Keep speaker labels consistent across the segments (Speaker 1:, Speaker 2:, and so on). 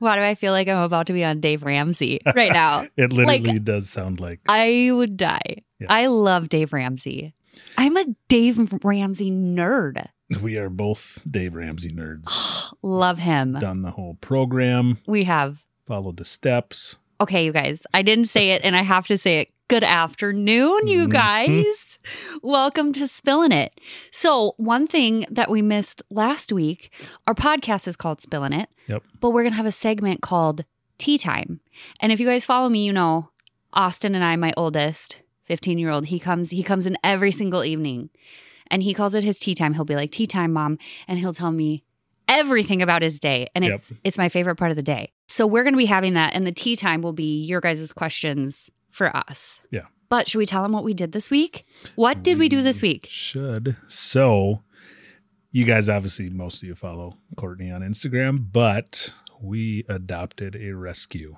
Speaker 1: Why do I feel like I'm about to be on Dave Ramsey right now?
Speaker 2: It
Speaker 1: Like-
Speaker 2: literally does sound like
Speaker 1: I would die.
Speaker 2: Yeah.
Speaker 1: I love Dave Ramsey. I'm a Dave Ramsey nerd.
Speaker 2: we are both Dave Ramsey nerds.
Speaker 1: love him.
Speaker 2: Done the whole program,
Speaker 1: We have.
Speaker 2: followed the steps.
Speaker 1: Okay, you guys, I didn't say it and I have to say it. Good afternoon, you
Speaker 2: Mhm.
Speaker 1: guys. Welcome to Spillin' It. So, one thing that we missed last week, our podcast is called Spillin' It.
Speaker 2: Yep.
Speaker 1: But we're going to have a segment called Tea Time. And if you guys follow me, you know Austin and I, my oldest 15-year-old, he comes he comes in every single evening. And he calls it his tea time. He'll be like, "Tea time, mom." And he'll tell me everything about his day and it's it's my favorite part of the day so we're going to be having that and the tea time will be your guys' questions for us
Speaker 2: Yeah.
Speaker 1: but should we tell them what we did this week what did we do this week
Speaker 2: Should. So, you guys obviously, most of you follow Courtney on Instagram, but we adopted a rescue.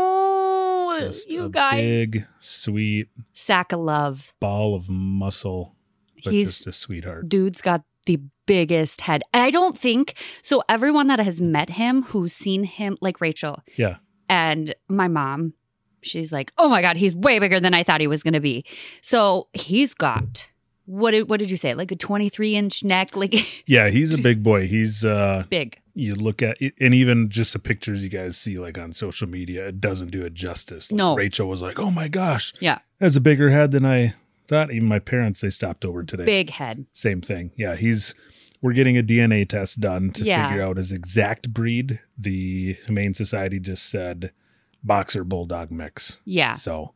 Speaker 1: oh
Speaker 2: Just
Speaker 1: you
Speaker 2: a
Speaker 1: guys
Speaker 2: Big, sweet
Speaker 1: sack of love
Speaker 2: ball of muscle, but
Speaker 1: he's
Speaker 2: just a sweetheart.
Speaker 1: dude's got the biggest head And i don't think so everyone that has met him who's seen him like rachel
Speaker 2: Yeah.
Speaker 1: and my mom she's like oh my god he's way bigger than i thought he was going to be so he's got what did, what did you say like a 23 inch neck like
Speaker 2: Yeah, he's a big boy. He's uh
Speaker 1: big
Speaker 2: you look at it, and even just the pictures you guys see like on social media, it doesn't do it justice. Like,
Speaker 1: No.
Speaker 2: Rachel was like, "Oh my gosh,
Speaker 1: Yeah.
Speaker 2: that's a bigger head than I thought." Even my parents, they stopped over today.
Speaker 1: big head
Speaker 2: Same thing. Yeah, he's. We're getting a DNA test done to
Speaker 1: Yeah.
Speaker 2: figure out his exact breed. The Humane Society just said boxer bulldog mix.
Speaker 1: yeah
Speaker 2: So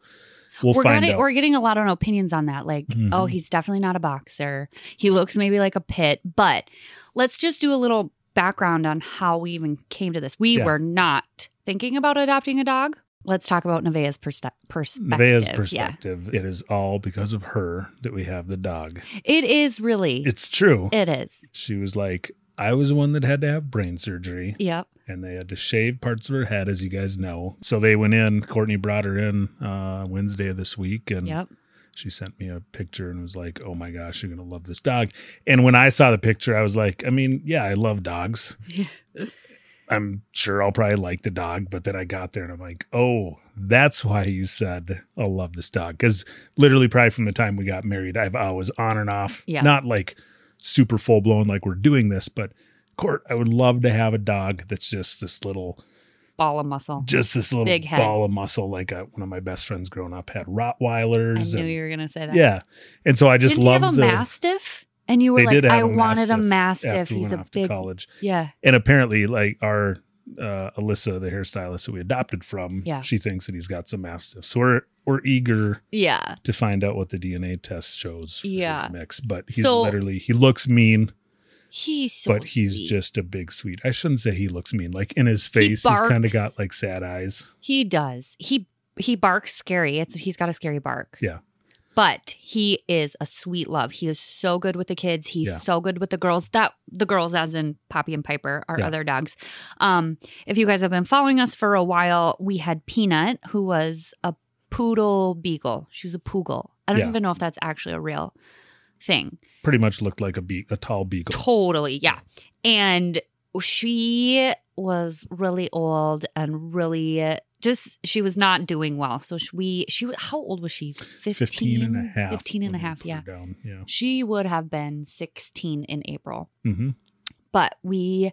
Speaker 2: we'll
Speaker 1: we're,
Speaker 2: find
Speaker 1: gonna-
Speaker 2: out.
Speaker 1: we're getting a lot of opinions on that like
Speaker 2: Mhm.
Speaker 1: oh he's definitely not a boxer he looks maybe like a pit but let's just do a little background on how we even came to this we
Speaker 2: Yeah.
Speaker 1: were not thinking about adopting a dog let's talk about nevaeh's perspe- perspective
Speaker 2: Nevaeh's
Speaker 1: yeah
Speaker 2: perspective. It is all because of her that we have the dog.
Speaker 1: it is really
Speaker 2: It's true.
Speaker 1: it is
Speaker 2: She was like, I was the one that had to have brain surgery,
Speaker 1: yep
Speaker 2: and they had to shave parts of her head, as you guys know. So they went in. Courtney brought her in uh, Wednesday of this week, and
Speaker 1: yep
Speaker 2: she sent me a picture and was like, "Oh my gosh, you're gonna love this dog." And when I saw the picture, I was like, "I mean, yeah, I love dogs. I'm sure I'll probably like the dog." But then I got there and I'm like, "Oh, that's why you said I'll love this dog." Because literally, probably from the time we got married, I've always on and off.
Speaker 1: Yes.
Speaker 2: Not like super full blown like we're doing this, but court. I would love to have a dog that's just this little
Speaker 1: ball of muscle
Speaker 2: just this little
Speaker 1: Big head.
Speaker 2: ball of muscle like uh one of my best friends growing up had
Speaker 1: i
Speaker 2: rottweilers
Speaker 1: knew
Speaker 2: and-
Speaker 1: you were gonna say that
Speaker 2: yeah. And so I just
Speaker 1: didn't
Speaker 2: love
Speaker 1: he have a
Speaker 2: the
Speaker 1: mastiff and you were
Speaker 2: They
Speaker 1: like
Speaker 2: did have
Speaker 1: i
Speaker 2: a
Speaker 1: wanted a mastiff
Speaker 2: after we
Speaker 1: he's a
Speaker 2: went off to
Speaker 1: big
Speaker 2: college.
Speaker 1: yeah
Speaker 2: And apparently like our uh Alyssa, the hairstylist that we adopted from,
Speaker 1: Yeah.
Speaker 2: she thinks that he's got some mastiff. So we're we're eager
Speaker 1: yeah
Speaker 2: to find out what the DNA test shows for his
Speaker 1: Yeah.
Speaker 2: mix. But he's
Speaker 1: So-
Speaker 2: literally he looks mean,
Speaker 1: he's so
Speaker 2: but he's
Speaker 1: sweet.
Speaker 2: just a big sweet. I shouldn't say he looks mean. Like in his face, he's
Speaker 1: barks.
Speaker 2: kind of got like sad eyes.
Speaker 1: He does. He he barks scary. It's he's got a scary bark.
Speaker 2: Yeah.
Speaker 1: But he is a sweet love. He is so good with the kids. He's
Speaker 2: Yeah.
Speaker 1: so good with the girls. That the girls, as in Poppy and Piper, our
Speaker 2: Yeah.
Speaker 1: other dogs. Um, if you guys have been following us for a while, we had Peanut, who was a poodle beagle. She was a poogle. I don't
Speaker 2: Yeah.
Speaker 1: even know if that's actually a real thing.
Speaker 2: Pretty much looked like a be- a tall beagle.
Speaker 1: Totally, yeah. And she was really old and really just she was not doing well. So she, we she was how old was she? 15,
Speaker 2: 15 and a half.
Speaker 1: 15 and a
Speaker 2: when we
Speaker 1: half,
Speaker 2: put her
Speaker 1: yeah.
Speaker 2: Down. Yeah.
Speaker 1: She would have been 16 in April.
Speaker 2: Mm-hmm.
Speaker 1: But we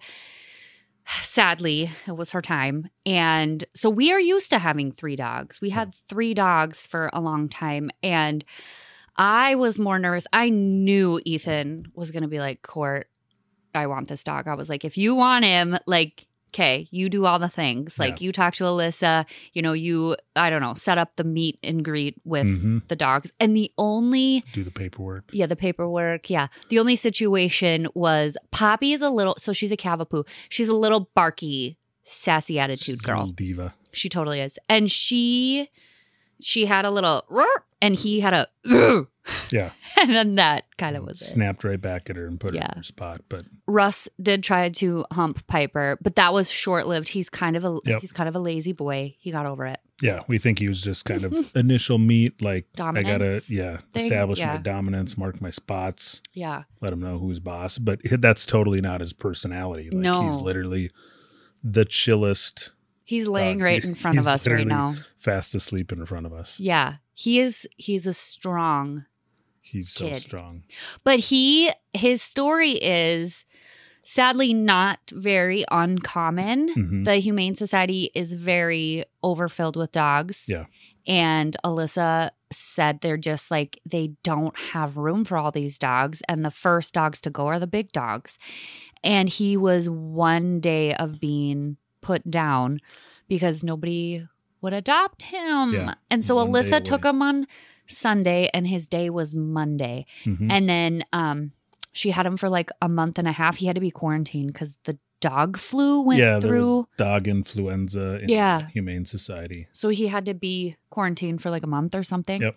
Speaker 1: sadly it was her time and so we are used to having three dogs. We had three dogs for a long time and I was more nervous. I knew Ethan was going to be like, Court, I want this dog. I was like, if you want him, like, okay, you do all the things. Like, you talk to Alyssa, you know, you, I don't know, set up the meet and greet with
Speaker 2: Mm-hmm.
Speaker 1: the dogs. And the only,
Speaker 2: Do the paperwork.
Speaker 1: yeah, the paperwork. Yeah. The only situation was Poppy is a little, so she's a Cavapoo. She's a little barky, sassy attitude
Speaker 2: She's a
Speaker 1: girl.
Speaker 2: little diva.
Speaker 1: She totally is. And she she had a little "Rrr," and he had a "Ugh."
Speaker 2: Yeah. Mm,
Speaker 1: and then that kind of was it.
Speaker 2: snapped right back at her and put her
Speaker 1: Yeah.
Speaker 2: in her spot. But
Speaker 1: Russ did try to hump Piper, but that was short lived. He's kind of a
Speaker 2: Yep.
Speaker 1: he's kind of a lazy boy. He got over it.
Speaker 2: yeah, we think he was just kind of initial meet, like
Speaker 1: Dominance.
Speaker 2: I gotta yeah
Speaker 1: thing,
Speaker 2: establish
Speaker 1: yeah.
Speaker 2: my dominance, mark my spots,
Speaker 1: Yeah.
Speaker 2: let him know who's boss. But that's totally not his personality. Like
Speaker 1: No.
Speaker 2: he's literally the chillest,
Speaker 1: He's laying
Speaker 2: Dog.
Speaker 1: right in front of
Speaker 2: He's
Speaker 1: us right
Speaker 2: literally-
Speaker 1: now.
Speaker 2: fast asleep in front of us.
Speaker 1: Yeah. He is he's a strong
Speaker 2: He's so
Speaker 1: Kid.
Speaker 2: strong.
Speaker 1: But he, his story is sadly not very uncommon.
Speaker 2: Mhm.
Speaker 1: The Humane Society is very overfilled with dogs.
Speaker 2: Yeah.
Speaker 1: And Alyssa said they're just like, they don't have room for all these dogs. And the first dogs to go are the big dogs. And he was one day of being put down because nobody would adopt him.
Speaker 2: Yeah.
Speaker 1: And so
Speaker 2: One day away.
Speaker 1: Alyssa took him on Sunday, and his day was Monday.
Speaker 2: Mhm.
Speaker 1: And then um, she had him for like a month and a half. He had to be quarantined because the dog flu went
Speaker 2: yeah, there
Speaker 1: through.
Speaker 2: was dog influenza in
Speaker 1: Yeah.
Speaker 2: Humane Society.
Speaker 1: So he had to be quarantined for like a month or something.
Speaker 2: Yep.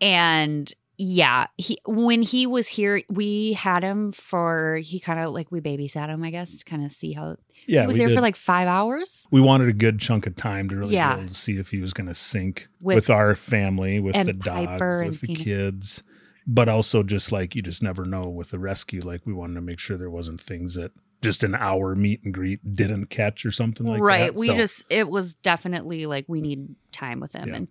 Speaker 1: And yeah, he when he was here, we had him for he kind of like we babysat him, I guess, to kind of see how
Speaker 2: Yeah,
Speaker 1: he was
Speaker 2: we
Speaker 1: there
Speaker 2: did.
Speaker 1: for like five hours
Speaker 2: we wanted a good chunk of time to really
Speaker 1: Yeah.
Speaker 2: be able to see if he was going to sync with,
Speaker 1: With-
Speaker 2: our family, with
Speaker 1: and
Speaker 2: the dogs,
Speaker 1: Piper and
Speaker 2: with the
Speaker 1: Phoenix.
Speaker 2: kids, but also just like you just never know with the rescue. Like we wanted to make sure there wasn't things that just an hour meet and greet didn't catch or something like that.
Speaker 1: right we
Speaker 2: So,
Speaker 1: just it was definitely like we need time with him
Speaker 2: Yeah.
Speaker 1: and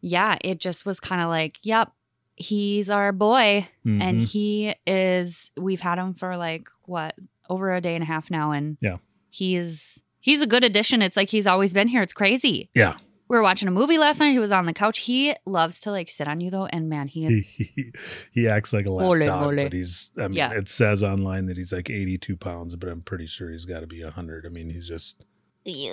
Speaker 1: yeah it just was kind of like yep he's our boy
Speaker 2: mhm.
Speaker 1: and he is we've had him for like what over a day and a half now and
Speaker 2: Yeah.
Speaker 1: he is he's a good addition it's like he's always been here it's crazy
Speaker 2: Yeah.
Speaker 1: we were watching a movie last night he was on the couch he loves to like sit on you though and man he
Speaker 2: he,
Speaker 1: is
Speaker 2: he, he acts like a lap
Speaker 1: Ole,
Speaker 2: dog,
Speaker 1: ole.
Speaker 2: but he's. I mean,
Speaker 1: Yeah.
Speaker 2: it says online that he's like 82 pounds, but I'm pretty sure he's got to be 100. I mean, he's just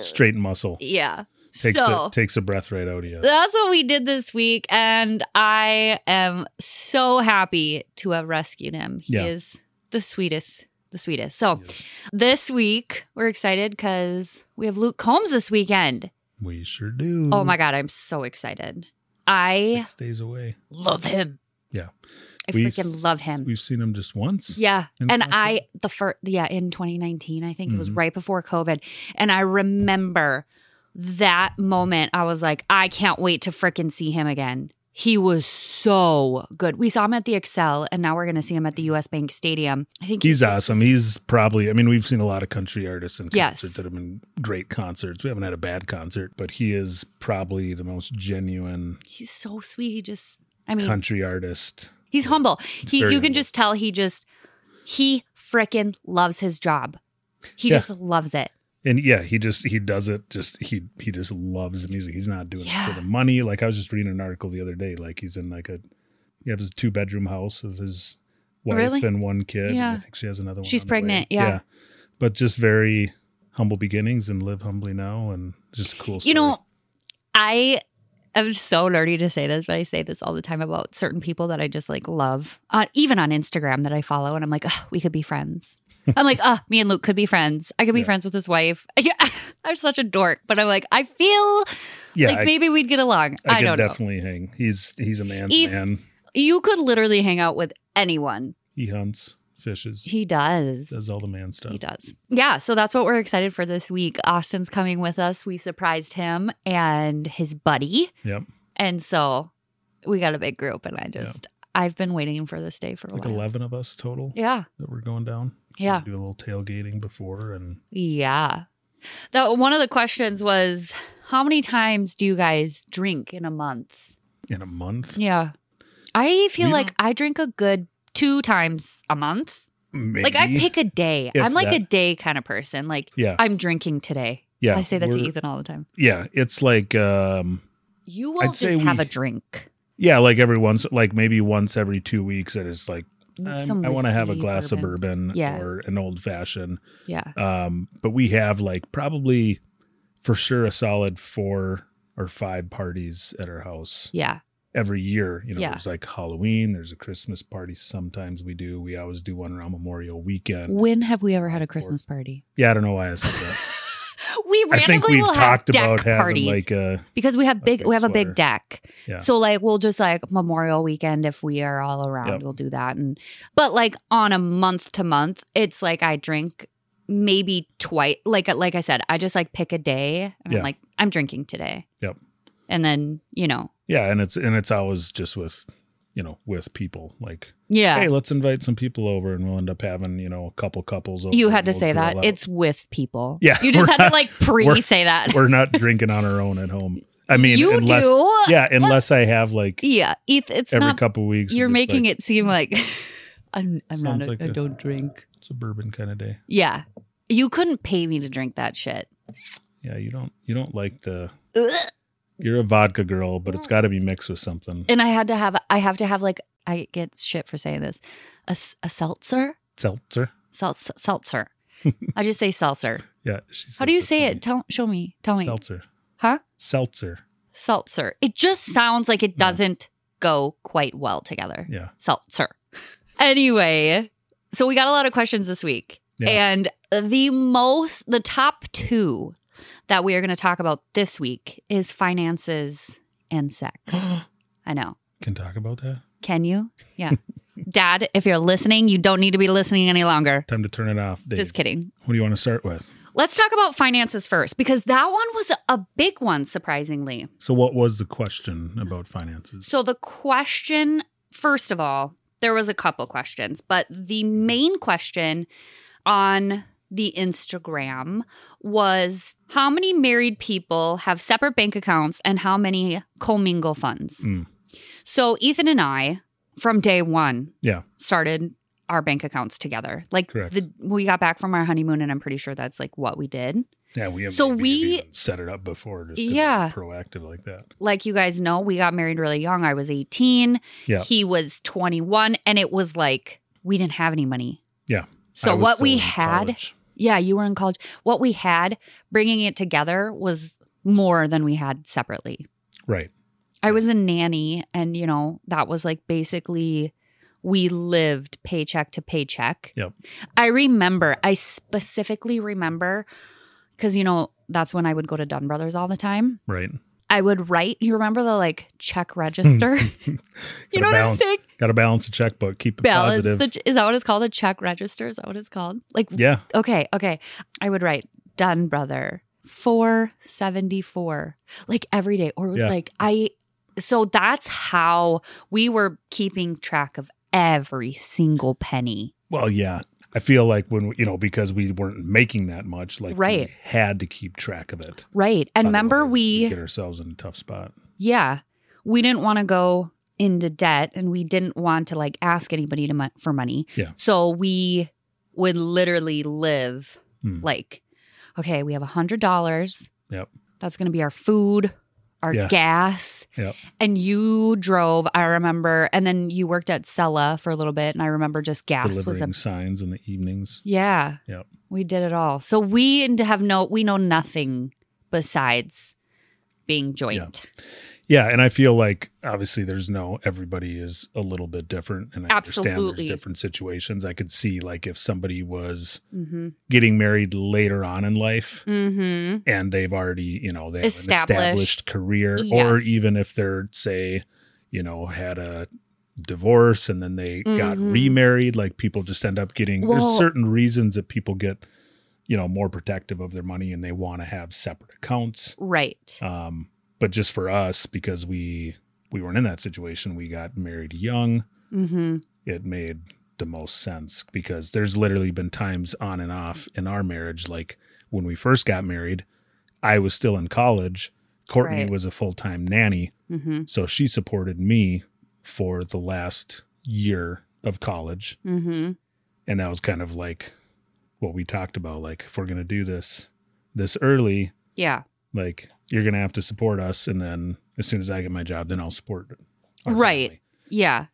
Speaker 2: straight muscle.
Speaker 1: yeah
Speaker 2: Takes
Speaker 1: so
Speaker 2: a, takes a breath right out of you.
Speaker 1: that's what we did this week and i am so happy to have rescued him he
Speaker 2: Yeah.
Speaker 1: is the sweetest the sweetest so
Speaker 2: Yes.
Speaker 1: this week we're excited because we have luke combs this weekend
Speaker 2: We sure do.
Speaker 1: Oh my god, I'm so excited. I
Speaker 2: Mm-hmm. Six days away.
Speaker 1: love him.
Speaker 2: Yeah.
Speaker 1: I
Speaker 2: We
Speaker 1: freaking love
Speaker 2: s-
Speaker 1: him.
Speaker 2: We've seen him just once.
Speaker 1: Yeah.
Speaker 2: in
Speaker 1: And
Speaker 2: concert.
Speaker 1: I the first yeah, in 2019, I think it was
Speaker 2: Mhm.
Speaker 1: right before COVID, and I remember that moment I was like, I can't wait to freaking see him again. He was so good. We saw him at the Excel and now we're going to see him at the US Bank Stadium. I think
Speaker 2: He's
Speaker 1: just
Speaker 2: awesome.
Speaker 1: this-
Speaker 2: He's probably, I mean, we've seen a lot of country artists and
Speaker 1: Yes.
Speaker 2: concerts that have been great concerts. We haven't had a bad concert, but he is probably the most genuine
Speaker 1: he's so sweet. He just I mean,
Speaker 2: country artist.
Speaker 1: He's humble. He
Speaker 2: very
Speaker 1: you can
Speaker 2: humble.
Speaker 1: just tell he just he frickin' loves his job. He
Speaker 2: Yeah.
Speaker 1: just loves it.
Speaker 2: And yeah, he just, he does it just, he, he just loves the music. He's not doing it
Speaker 1: Yeah.
Speaker 2: for the money. Like I was just reading an article the other day, like he's in like a, he has a two bedroom house with his wife
Speaker 1: Really?
Speaker 2: and one kid. and I
Speaker 1: Yeah.
Speaker 2: think she has another one.
Speaker 1: She's
Speaker 2: on the way.
Speaker 1: pregnant, yeah.
Speaker 2: But just very humble beginnings and live humbly now. And just a cool story.
Speaker 1: You know, I am so nerdy to say this, but I say this all the time about certain people that I just like love, uh, even on Instagram that I follow, and I'm like, oh, we could be friends. I'm like, oh, me and Luke could be friends. I could be
Speaker 2: Yeah.
Speaker 1: friends with his wife. I'm such a dork, but I'm like, I feel
Speaker 2: yeah,
Speaker 1: like
Speaker 2: I-
Speaker 1: maybe we'd get along. I,
Speaker 2: I, can
Speaker 1: don't know.
Speaker 2: definitely hang. He's he's a man's
Speaker 1: If-
Speaker 2: man.
Speaker 1: You could literally hang out with anyone.
Speaker 2: He hunts, fishes,
Speaker 1: He does.
Speaker 2: does all the man stuff.
Speaker 1: He does. Yeah. So that's what we're excited for this week. Austin's coming with us. We surprised him and his buddy.
Speaker 2: Yep.
Speaker 1: And so we got a big group, and I
Speaker 2: Yeah.
Speaker 1: just, I've been waiting for this day for a
Speaker 2: Like
Speaker 1: while.
Speaker 2: eleven of us total
Speaker 1: Yeah.
Speaker 2: that we're going down.
Speaker 1: Yeah.
Speaker 2: We'll do a little tailgating before and
Speaker 1: Yeah. That one of the questions was how many times do you guys drink in a month?
Speaker 2: in a month.
Speaker 1: Yeah. I feel
Speaker 2: We
Speaker 1: like I drink a good two times a month.
Speaker 2: Maybe.
Speaker 1: Like I pick a day.
Speaker 2: If
Speaker 1: I'm like
Speaker 2: that.
Speaker 1: a day kind of person. Like
Speaker 2: Yeah,
Speaker 1: I'm drinking today.
Speaker 2: yeah.
Speaker 1: I say that to
Speaker 2: we're-
Speaker 1: Ethan all the time.
Speaker 2: Yeah, it's like um,
Speaker 1: You will
Speaker 2: I'd
Speaker 1: just
Speaker 2: say we-
Speaker 1: have a drink.
Speaker 2: yeah, like every once, like maybe once every two weeks. It is like
Speaker 1: Some
Speaker 2: I'm, I want to have a
Speaker 1: whiskey,
Speaker 2: glass of bourbon
Speaker 1: Yeah.
Speaker 2: or an old fashioned.
Speaker 1: Yeah.
Speaker 2: Um, but we have like probably for sure a solid four or five parties at our house.
Speaker 1: Yeah.
Speaker 2: every year. You know,
Speaker 1: Yeah.
Speaker 2: there's like Halloween, there's a Christmas party sometimes we do. We always do one around Memorial Weekend.
Speaker 1: When have we ever had a Christmas party?
Speaker 2: yeah, I don't know why I said that.
Speaker 1: We
Speaker 2: I think
Speaker 1: randomly
Speaker 2: we've
Speaker 1: will have
Speaker 2: talked
Speaker 1: deck
Speaker 2: about having
Speaker 1: parties
Speaker 2: like a
Speaker 1: because we have big
Speaker 2: big
Speaker 1: we have a
Speaker 2: sweater.
Speaker 1: big deck.
Speaker 2: Yeah.
Speaker 1: So like we'll just like Memorial weekend if we are all around,
Speaker 2: Yep.
Speaker 1: we'll do that and but like on a month to month, it's like I drink maybe twice like uh, like I said, I just like pick a day and
Speaker 2: Yeah.
Speaker 1: I'm like I'm drinking today.
Speaker 2: Yep.
Speaker 1: And then, you know,
Speaker 2: yeah, and it's and it's always just with you know, with people. Like,
Speaker 1: Yeah.
Speaker 2: hey, let's invite some people over and we'll end up having, you know, a couple couples over.
Speaker 1: you
Speaker 2: and
Speaker 1: had to
Speaker 2: we'll
Speaker 1: say
Speaker 2: grill
Speaker 1: that.
Speaker 2: out.
Speaker 1: It's with people.
Speaker 2: Yeah,
Speaker 1: You just
Speaker 2: we're
Speaker 1: had to
Speaker 2: not-
Speaker 1: like pre
Speaker 2: we're-
Speaker 1: say that.
Speaker 2: we're not drinking on our own at home. I mean,
Speaker 1: you
Speaker 2: unless
Speaker 1: do.
Speaker 2: yeah, unless I have like
Speaker 1: Yeah. Eth- it's
Speaker 2: every
Speaker 1: not.
Speaker 2: couple weeks.
Speaker 1: You're making it seem like I'm, I'm not,
Speaker 2: Sounds
Speaker 1: a,
Speaker 2: like
Speaker 1: I
Speaker 2: a-
Speaker 1: don't drink.
Speaker 2: it's a bourbon kind of day.
Speaker 1: Yeah. You couldn't pay me to drink that shit.
Speaker 2: Yeah, you don't you don't like the
Speaker 1: Ugh.
Speaker 2: you're a vodka girl, but
Speaker 1: Mm.
Speaker 2: it's got to be mixed with something.
Speaker 1: And I had to have, I have to have like, I get shit for saying this, a, s- a seltzer?
Speaker 2: Seltzer.
Speaker 1: Sel- s- seltzer. I just say seltzer.
Speaker 2: Yeah. She
Speaker 1: How
Speaker 2: says
Speaker 1: do you
Speaker 2: that's
Speaker 1: say
Speaker 2: funny.
Speaker 1: it? Tell, show me. Tell me.
Speaker 2: Seltzer.
Speaker 1: Huh?
Speaker 2: Seltzer.
Speaker 1: Seltzer. It just sounds like it
Speaker 2: Yeah.
Speaker 1: doesn't go quite well together.
Speaker 2: Yeah.
Speaker 1: Seltzer. Anyway, so we got a lot of questions this week.
Speaker 2: Yeah.
Speaker 1: And the most, the top two that we are going to talk about this week is finances and sex. I know.
Speaker 2: Can talk about that.
Speaker 1: Can you? Yeah. Dad, if you're listening, you don't need to be listening any longer.
Speaker 2: Time to turn it off, Dave.
Speaker 1: Just kidding.
Speaker 2: What do you want to start with?
Speaker 1: Let's talk about finances first because that one was a big one, surprisingly.
Speaker 2: So, what was the question about finances?
Speaker 1: So the question, first of all, there was a couple questions, but the main question on the Instagram was how many married people have separate bank accounts and how many commingle funds?
Speaker 2: Mm.
Speaker 1: So Ethan and I from day 1
Speaker 2: Yeah.
Speaker 1: started our bank accounts together. Like
Speaker 2: Correct.
Speaker 1: the we got back from our honeymoon and I'm pretty sure that's like what we did.
Speaker 2: Yeah, we have
Speaker 1: So
Speaker 2: maybe
Speaker 1: we-
Speaker 2: even set it up before. Just 'cause we're
Speaker 1: Yeah.
Speaker 2: proactive like that.
Speaker 1: Like you guys know, we got married really young. I was 18.
Speaker 2: Yeah.
Speaker 1: He was 21 and it was like we didn't have any money.
Speaker 2: Yeah. I
Speaker 1: So
Speaker 2: was
Speaker 1: what
Speaker 2: still
Speaker 1: we
Speaker 2: in
Speaker 1: had,
Speaker 2: college.
Speaker 1: yeah, you were in college. What we had bringing it together was more than we had separately.
Speaker 2: right?
Speaker 1: I was a nanny and you know, that was like basically we lived paycheck to paycheck.
Speaker 2: Yep.
Speaker 1: I remember, I specifically remember cuz you know, that's when I would go to Dunn Brothers all the time.
Speaker 2: Right.
Speaker 1: I would write, you remember the like check register? you know what I'm
Speaker 2: Hmm. balance,
Speaker 1: saying?
Speaker 2: Got to balance the checkbook. Keep it
Speaker 1: balance
Speaker 2: positive.
Speaker 1: the is that what it's called a check register is that what it's called like
Speaker 2: yeah.
Speaker 1: okay okay i would write done brother 474 like every day or it was
Speaker 2: Yeah.
Speaker 1: like i so that's how we were keeping track of every single penny
Speaker 2: Well, yeah. I feel like when you know because we weren't making that much, like
Speaker 1: Right.
Speaker 2: we had to keep track of it.
Speaker 1: right and remember
Speaker 2: Otherwise,
Speaker 1: we
Speaker 2: get ourselves in a tough spot.
Speaker 1: yeah we didn't want to go into debt and we didn't want to like ask anybody to mon- for money
Speaker 2: Yeah.
Speaker 1: so we would literally live
Speaker 2: Hmm.
Speaker 1: like okay we have a hundred dollars
Speaker 2: Yep.
Speaker 1: that's gonna be our food our
Speaker 2: Yeah.
Speaker 1: gas
Speaker 2: Yep.
Speaker 1: and you drove i remember and then you worked at sella for a little bit and i remember just gas was
Speaker 2: Delivering
Speaker 1: a
Speaker 2: signs in the evenings.
Speaker 1: yeah
Speaker 2: Yep.
Speaker 1: we did it all so we have no we know nothing besides being joint
Speaker 2: Yeah, and I feel like obviously there's no everybody is a little bit different, and I understand
Speaker 1: Absolutely.
Speaker 2: there's different situations. I could see like if somebody was
Speaker 1: mm-hmm
Speaker 2: getting married later on in life
Speaker 1: mm-hmm
Speaker 2: and they've already you know they have
Speaker 1: Established.
Speaker 2: an established career, or even if they're say you know had a divorce and then they got
Speaker 1: Mhm.
Speaker 2: remarried, like people just end up getting
Speaker 1: Well-
Speaker 2: there's certain reasons that people get you know more protective of their money and they want to have separate accounts.
Speaker 1: Right.
Speaker 2: Um, but just for us, because we we weren't in that situation, we got married young.
Speaker 1: Mm-hmm.
Speaker 2: It made the most sense because there's literally been times on and off in our marriage. Like when we first got married, I was still in college. Courtney
Speaker 1: Right.
Speaker 2: was a full time nanny,
Speaker 1: Mm-hmm.
Speaker 2: so she supported me for the last year of college,
Speaker 1: Mm-hmm.
Speaker 2: and that was kind of like what we talked about. Like if we're gonna do this this early,
Speaker 1: Yeah.
Speaker 2: like you're gonna have to support us and then as soon as i get my job then i'll support our
Speaker 1: Right.
Speaker 2: family.
Speaker 1: Yeah.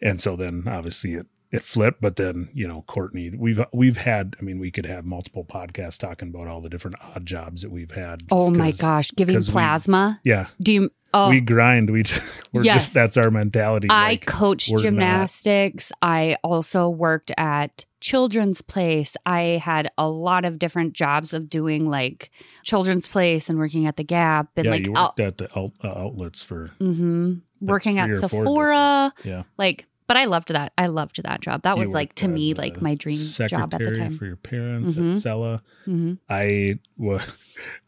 Speaker 2: and so then obviously it it flipped but then you know courtney we've we've had i mean we could have multiple podcasts talking about all the different odd jobs that we've had
Speaker 1: Oh my
Speaker 2: 'Cause,
Speaker 1: gosh. Giving
Speaker 2: 'cause we-
Speaker 1: plasma.
Speaker 2: yeah
Speaker 1: Do you oh
Speaker 2: we grind we we're
Speaker 1: Yes.
Speaker 2: just that's our mentality
Speaker 1: I
Speaker 2: like,
Speaker 1: coached
Speaker 2: we're not-
Speaker 1: gymnastics. I also worked at children's place. I had a lot of different jobs of doing like children's place and working at the Gap and
Speaker 2: yeah
Speaker 1: like
Speaker 2: you worked at the out, uh, outlets for
Speaker 1: mm-hmm, working
Speaker 2: three
Speaker 1: at
Speaker 2: or four
Speaker 1: Sephora.
Speaker 2: yeah
Speaker 1: Like but I loved that. I loved that job. That
Speaker 2: You
Speaker 1: was like
Speaker 2: worked
Speaker 1: to me
Speaker 2: as
Speaker 1: like
Speaker 2: a
Speaker 1: my dream job at the Mm-hmm.
Speaker 2: secretary
Speaker 1: time.
Speaker 2: for your parents
Speaker 1: Mhm.
Speaker 2: at Sella.
Speaker 1: hmm
Speaker 2: I wa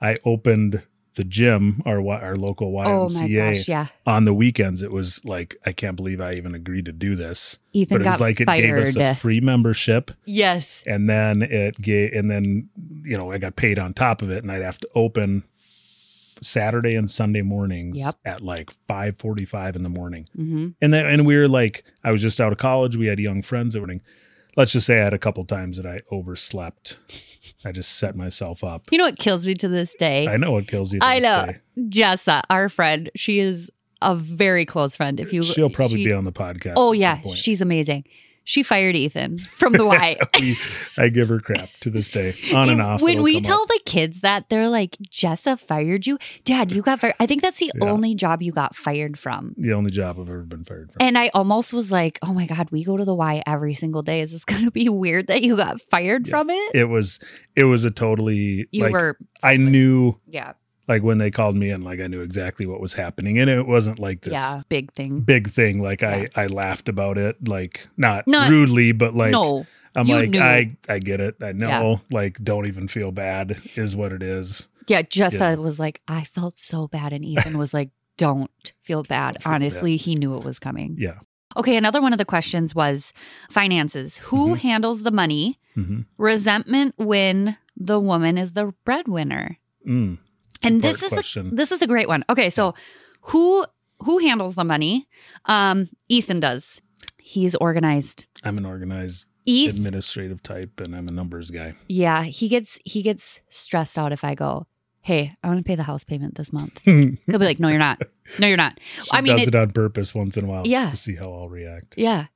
Speaker 2: I opened the gym, our Y- our local
Speaker 1: Oh
Speaker 2: YMCA,
Speaker 1: my gosh, yeah.
Speaker 2: on the weekends, it was like I can't believe I even agreed to do this.
Speaker 1: Ethan
Speaker 2: but it
Speaker 1: got
Speaker 2: was like it gave
Speaker 1: fired.
Speaker 2: us a free membership,
Speaker 1: yes.
Speaker 2: and then it gave, and then you know I got paid on top of it, and I'd have to open Saturday and Sunday mornings
Speaker 1: Yep.
Speaker 2: at like five forty five in the morning,
Speaker 1: hmm
Speaker 2: and then and we were like I was just out of college, we had young friends that were. Let's just say I had a couple times that I overslept. I just set myself up.
Speaker 1: You know what kills me to this day?
Speaker 2: I know what kills you. to
Speaker 1: I
Speaker 2: this
Speaker 1: know.
Speaker 2: day.
Speaker 1: Jessa, our friend, she is a very close friend. If you,
Speaker 2: She'll probably
Speaker 1: she-
Speaker 2: be on the podcast.
Speaker 1: Oh
Speaker 2: at some
Speaker 1: yeah,
Speaker 2: point.
Speaker 1: she's amazing. She fired Ethan from the Y.
Speaker 2: We- I give her crap to this day, on and
Speaker 1: It-
Speaker 2: off.
Speaker 1: When
Speaker 2: it'll
Speaker 1: we
Speaker 2: come
Speaker 1: tell
Speaker 2: up.
Speaker 1: the kids that, they're like, "Jessa fired you, Dad. You got fired." I think that's the
Speaker 2: Yeah.
Speaker 1: only job you got fired from.
Speaker 2: the only job I've ever been fired from.
Speaker 1: And I almost was like, "Oh my God, we go to the Y every single day. Is this going to be weird that you got fired
Speaker 2: Yeah.
Speaker 1: from it?"
Speaker 2: it was, it was a totally
Speaker 1: You
Speaker 2: like
Speaker 1: were,
Speaker 2: I knew
Speaker 1: yeah,
Speaker 2: like when they called me in, like I knew exactly what was happening, and it wasn't like this
Speaker 1: yeah, big thing.
Speaker 2: big thing. Like
Speaker 1: Yeah.
Speaker 2: I, I laughed about it, like not,
Speaker 1: Not-
Speaker 2: rudely, but like
Speaker 1: no,
Speaker 2: I'm
Speaker 1: you
Speaker 2: like
Speaker 1: knew.
Speaker 2: I, I get it, I know. Like don't even feel bad is what it is.
Speaker 1: yeah, Jessa
Speaker 2: Yeah.
Speaker 1: was like, "I felt so bad," and Ethan was like, "Don't feel bad."
Speaker 2: Don't feel bad.
Speaker 1: Honestly, he knew it was coming.
Speaker 2: Yeah.
Speaker 1: Okay, another one of the questions was finances. Who
Speaker 2: Mhm.
Speaker 1: handles the money?
Speaker 2: hmm
Speaker 1: Resentment when the woman is the breadwinner.
Speaker 2: Mm.
Speaker 1: And
Speaker 2: Two-part
Speaker 1: this is the,
Speaker 2: question.
Speaker 1: this is a great one. Okay, so who who handles the money? Um, Ethan does. He's organized.
Speaker 2: I'm an organized,
Speaker 1: Eth,
Speaker 2: administrative type, and I'm a numbers guy.
Speaker 1: yeah, he gets he gets stressed out if I go, hey, I want to pay the house payment this month.
Speaker 2: she
Speaker 1: He'll be like, no, you're not. No, you're not. I mean,
Speaker 2: does
Speaker 1: it-
Speaker 2: it, on purpose once in a while,
Speaker 1: Yeah.
Speaker 2: to see how I'll react.
Speaker 1: Yeah,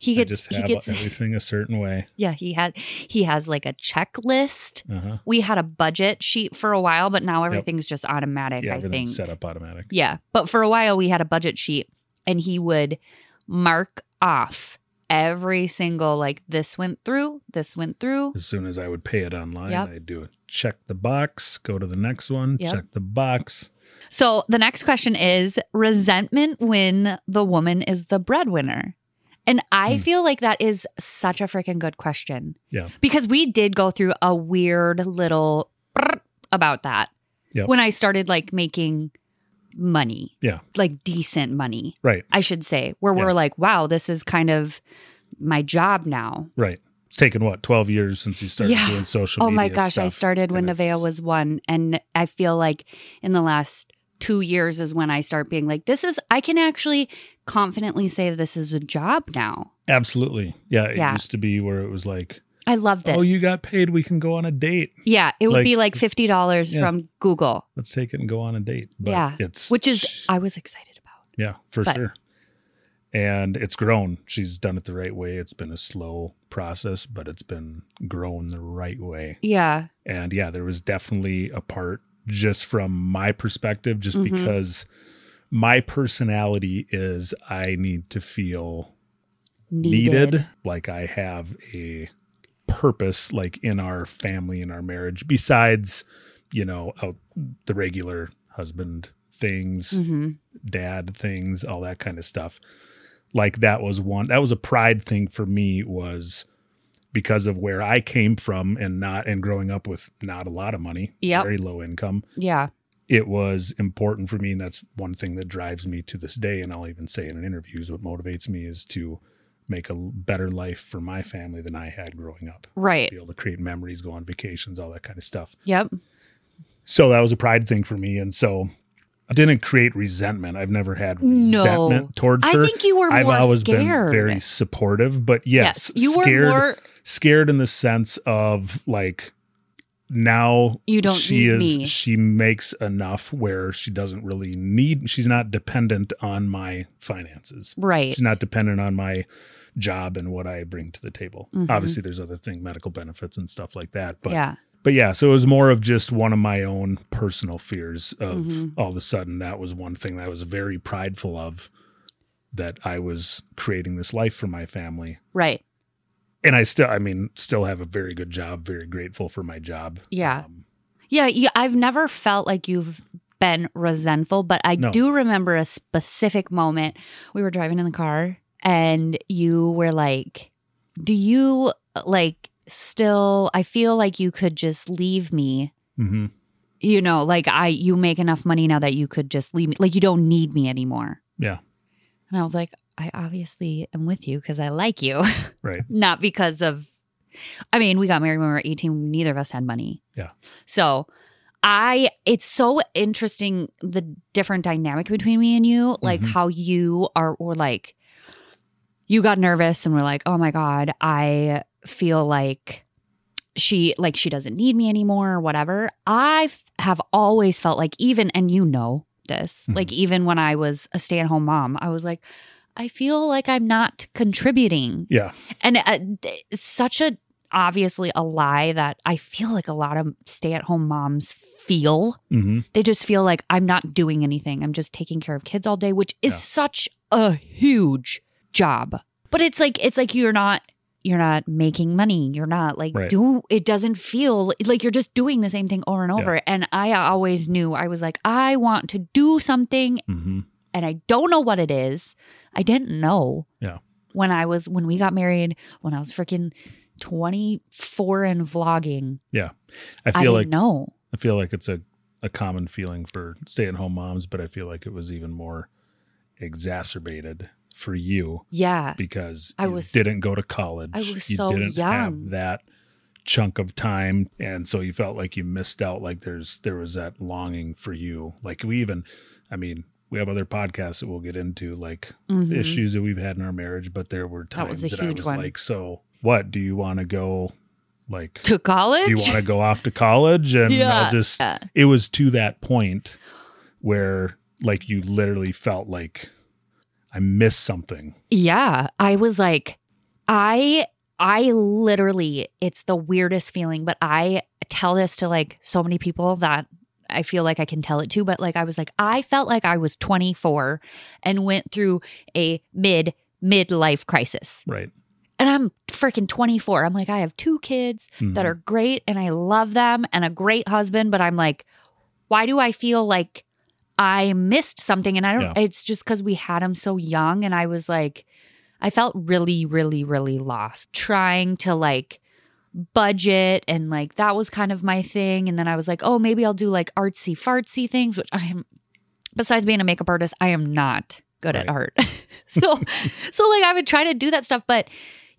Speaker 1: he
Speaker 2: I
Speaker 1: gets
Speaker 2: just
Speaker 1: he
Speaker 2: have
Speaker 1: gets
Speaker 2: everything a certain way.
Speaker 1: yeah he has he has like a checklist
Speaker 2: Uh-huh.
Speaker 1: we had a budget sheet for a while, but now everything's just automatic,
Speaker 2: Yeah,
Speaker 1: I think.
Speaker 2: everything's set up automatic.
Speaker 1: Yeah. But for a while, we had a budget sheet and he would mark off every single, like, this went through, this went through.
Speaker 2: As soon as I would pay it online,
Speaker 1: Yep.
Speaker 2: I'd do a check the box, go to the next one,
Speaker 1: Yep.
Speaker 2: check the box.
Speaker 1: So the next question is resentment when the woman is the breadwinner. And I
Speaker 2: Hmm.
Speaker 1: feel like that is such a freaking good question.
Speaker 2: Yeah.
Speaker 1: Because we did go through a weird little about that
Speaker 2: Yep.
Speaker 1: when I started like making money.
Speaker 2: Yeah.
Speaker 1: Like decent money,
Speaker 2: Right,
Speaker 1: I should say, where we're
Speaker 2: Yeah.
Speaker 1: like, wow, this is kind of my job now.
Speaker 2: right. It's taken what, 12 years since you started
Speaker 1: Yeah.
Speaker 2: doing social
Speaker 1: Oh
Speaker 2: media?
Speaker 1: my gosh, I
Speaker 2: stuff.
Speaker 1: started when
Speaker 2: and
Speaker 1: Nevaeh
Speaker 2: it's-
Speaker 1: was one. And I feel like in the last two years is when I start being like, this is, I can actually confidently say this is a job now.
Speaker 2: Absolutely. Yeah, it
Speaker 1: Yeah.
Speaker 2: used to be where it was like,
Speaker 1: I love this.
Speaker 2: oh, you got paid. We can go on a date.
Speaker 1: yeah, it would
Speaker 2: like,
Speaker 1: be like
Speaker 2: it's-
Speaker 1: $50
Speaker 2: yeah.
Speaker 1: from Google,
Speaker 2: Let's take it and go on a date. But
Speaker 1: Yeah,
Speaker 2: it's
Speaker 1: which is, I was excited about.
Speaker 2: Yeah, for
Speaker 1: But-
Speaker 2: sure. And it's grown. She's done it the right way. It's been a slow process, but it's been grown the right way.
Speaker 1: Yeah.
Speaker 2: And yeah, there was definitely a part just from my perspective, just
Speaker 1: Mhm.
Speaker 2: because my personality is I need to feel
Speaker 1: Needed.
Speaker 2: needed. like I have a purpose, like in our family, in our marriage, besides, you know, out the regular husband things
Speaker 1: hmm
Speaker 2: dad things, all that kind of stuff. Like that was one that was a pride thing for me was because of where I came from and not and growing up with not a lot of money,
Speaker 1: Yep.
Speaker 2: very low income.
Speaker 1: Yeah.
Speaker 2: It was important for me and that's one thing that drives me to this day and I'll even say in interviews what motivates me is to make a better life for my family than I had growing up.
Speaker 1: Right.
Speaker 2: Be able to create memories, go on vacations, all that kind of stuff.
Speaker 1: Yep.
Speaker 2: So that was a pride thing for me. And so I didn't create resentment. I've never had
Speaker 1: No.
Speaker 2: resentment towards
Speaker 1: I
Speaker 2: her.
Speaker 1: think you were
Speaker 2: I've
Speaker 1: more
Speaker 2: always
Speaker 1: scared.
Speaker 2: been very supportive, but yes,
Speaker 1: you
Speaker 2: scared,
Speaker 1: were more
Speaker 2: scared in the sense of like now
Speaker 1: You don't
Speaker 2: she
Speaker 1: need
Speaker 2: is
Speaker 1: me.
Speaker 2: she makes enough where she doesn't really need she's not dependent on my finances.
Speaker 1: right.
Speaker 2: She's not dependent on my job and what I bring to the table.
Speaker 1: Mhm.
Speaker 2: Obviously there's other thing medical benefits and stuff like that, but
Speaker 1: yeah.
Speaker 2: but yeah, so it was more of just one of my own personal fears of
Speaker 1: Mhm.
Speaker 2: all of a sudden that was one thing that I was very prideful of that I was creating this life for my family.
Speaker 1: Right.
Speaker 2: And I still, I mean, still have a very good job, very grateful for my job.
Speaker 1: Yeah.
Speaker 2: Um,
Speaker 1: Yeah, you, I've never felt like you've been resentful, but I
Speaker 2: No.
Speaker 1: do remember a specific moment. We were driving in the car and you were like, Do you like still? I feel like you could just leave me
Speaker 2: mhm.
Speaker 1: you know like i you make enough money now that you could just leave me like you don't need me anymore
Speaker 2: Yeah.
Speaker 1: and i was like i obviously am with you because i like you
Speaker 2: Right.
Speaker 1: not because of i mean we got married when we were 18 neither of us had money
Speaker 2: Yeah.
Speaker 1: so i it's so interesting the different dynamic between me and you like
Speaker 2: Mhm.
Speaker 1: how you are or like you got nervous and were like oh my god i feel like she like she doesn't need me anymore or whatever i f- have always felt like even and you know this
Speaker 2: Mhm.
Speaker 1: like even when i was a stay-at-home mom i was like i feel like i'm not contributing
Speaker 2: Yeah.
Speaker 1: and uh, th- such a obviously a lie that I feel like a lot of stay-at-home moms feel.
Speaker 2: hmm
Speaker 1: They just feel like I'm not doing anything. I'm just taking care of kids all day, which is
Speaker 2: Yeah.
Speaker 1: such a huge job. But it's like it's like you're not you're not making money. You're not like
Speaker 2: Right.
Speaker 1: do it doesn't feel like you're just doing the same thing over and
Speaker 2: Yeah.
Speaker 1: over. And I always knew I was like I want to do something
Speaker 2: hmm
Speaker 1: and I don't know what it is. I didn't know.
Speaker 2: Yeah.
Speaker 1: When I was when we got married, when I was freaking 24 and vlogging,
Speaker 2: I
Speaker 1: I,
Speaker 2: feel
Speaker 1: didn't
Speaker 2: like
Speaker 1: know.
Speaker 2: I feel like it's a, a common feeling for stay at home moms, but I feel like it was even more exacerbated for you
Speaker 1: Yeah.
Speaker 2: because
Speaker 1: I
Speaker 2: you
Speaker 1: was-
Speaker 2: didn't go to college.
Speaker 1: I was
Speaker 2: you
Speaker 1: so
Speaker 2: didn't
Speaker 1: young.
Speaker 2: have that chunk of time and so you felt like you missed out like there's there was that longing for you like we even i mean we have other podcasts that we'll get into like
Speaker 1: Mhm.
Speaker 2: issues that we've had in our marriage but there were
Speaker 1: That was
Speaker 2: times
Speaker 1: a
Speaker 2: that, i
Speaker 1: huge
Speaker 2: was
Speaker 1: one.
Speaker 2: like so what do you want to go like
Speaker 1: To college?
Speaker 2: do you want to go off to college and
Speaker 1: Yeah.
Speaker 2: i'll just
Speaker 1: Yeah.
Speaker 2: it was to that point where like you literally felt like i missed something
Speaker 1: Yeah, I was like I I literally it's the weirdest feeling, but I tell this to like so many people that I feel like I can tell it to, but like I was like I felt like I was 24 and went through a mid midlife crisis.
Speaker 2: right
Speaker 1: and I'm freaking 24. I'm like, I have two kids
Speaker 2: Mm-hmm.
Speaker 1: that are great and I love them and a great husband, but I'm like, why do I feel like I missed something? And I don't,
Speaker 2: Yeah.
Speaker 1: it's just because we had them so young. And I was like, I felt really, really, really lost trying to like budget and like that was kind of my thing. And then I was like, oh, maybe I'll do like artsy fartsy things, which I am, besides being a makeup artist, I am not good at
Speaker 2: Right.
Speaker 1: art. so, so like I would try to do that stuff, but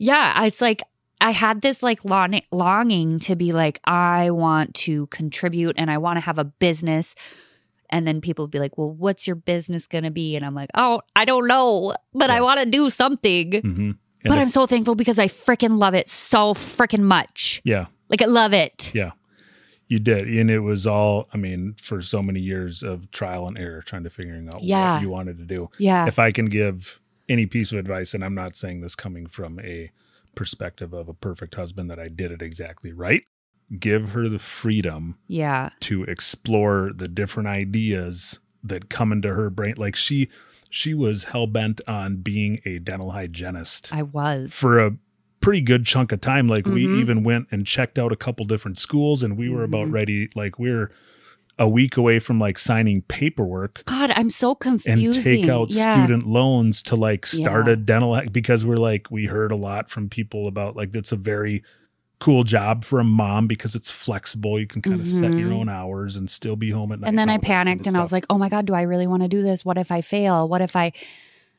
Speaker 1: yeah, it's like I had this like lon- longing to be like, I want to contribute and I want to have a business. And then people would be like, well, what's your business going to be? And I'm like, oh, I don't know, but I
Speaker 2: Yeah.
Speaker 1: want to do something.
Speaker 2: Mhm. And
Speaker 1: But
Speaker 2: the-
Speaker 1: I'm so thankful because I freaking love it so freaking much.
Speaker 2: yeah
Speaker 1: Like, I love it.
Speaker 2: Yeah. You did. And it was all, I mean, for so many years of trial and error, trying to figuring out
Speaker 1: Yeah.
Speaker 2: what you wanted to do.
Speaker 1: Yeah.
Speaker 2: If I can give any piece of advice, and I'm not saying this coming from a perspective of a perfect husband that I did it exactly right, give her the freedom
Speaker 1: Yeah.
Speaker 2: to explore the different ideas that come into her brain. Like she, she was hell bent on being a dental hygienist
Speaker 1: I was.
Speaker 2: for a pretty good chunk of time. Like
Speaker 1: Mhm.
Speaker 2: we even went and checked out a couple different schools and we were about
Speaker 1: Mhm.
Speaker 2: ready, like we are a week away from like signing paperwork
Speaker 1: God, I'm so
Speaker 2: and
Speaker 1: confusing.
Speaker 2: take out
Speaker 1: yeah.
Speaker 2: student loans to like start
Speaker 1: Yeah.
Speaker 2: a dental act because we're like we heard a lot from people about like that's a very cool job for a mom because it's flexible. You can kind of set your
Speaker 1: Mhm.
Speaker 2: own hours and still be home at night.
Speaker 1: And then I
Speaker 2: all that kind of
Speaker 1: panicked and I was
Speaker 2: stuff.
Speaker 1: like, oh my God, do I really want to do this? What if I fail? What if I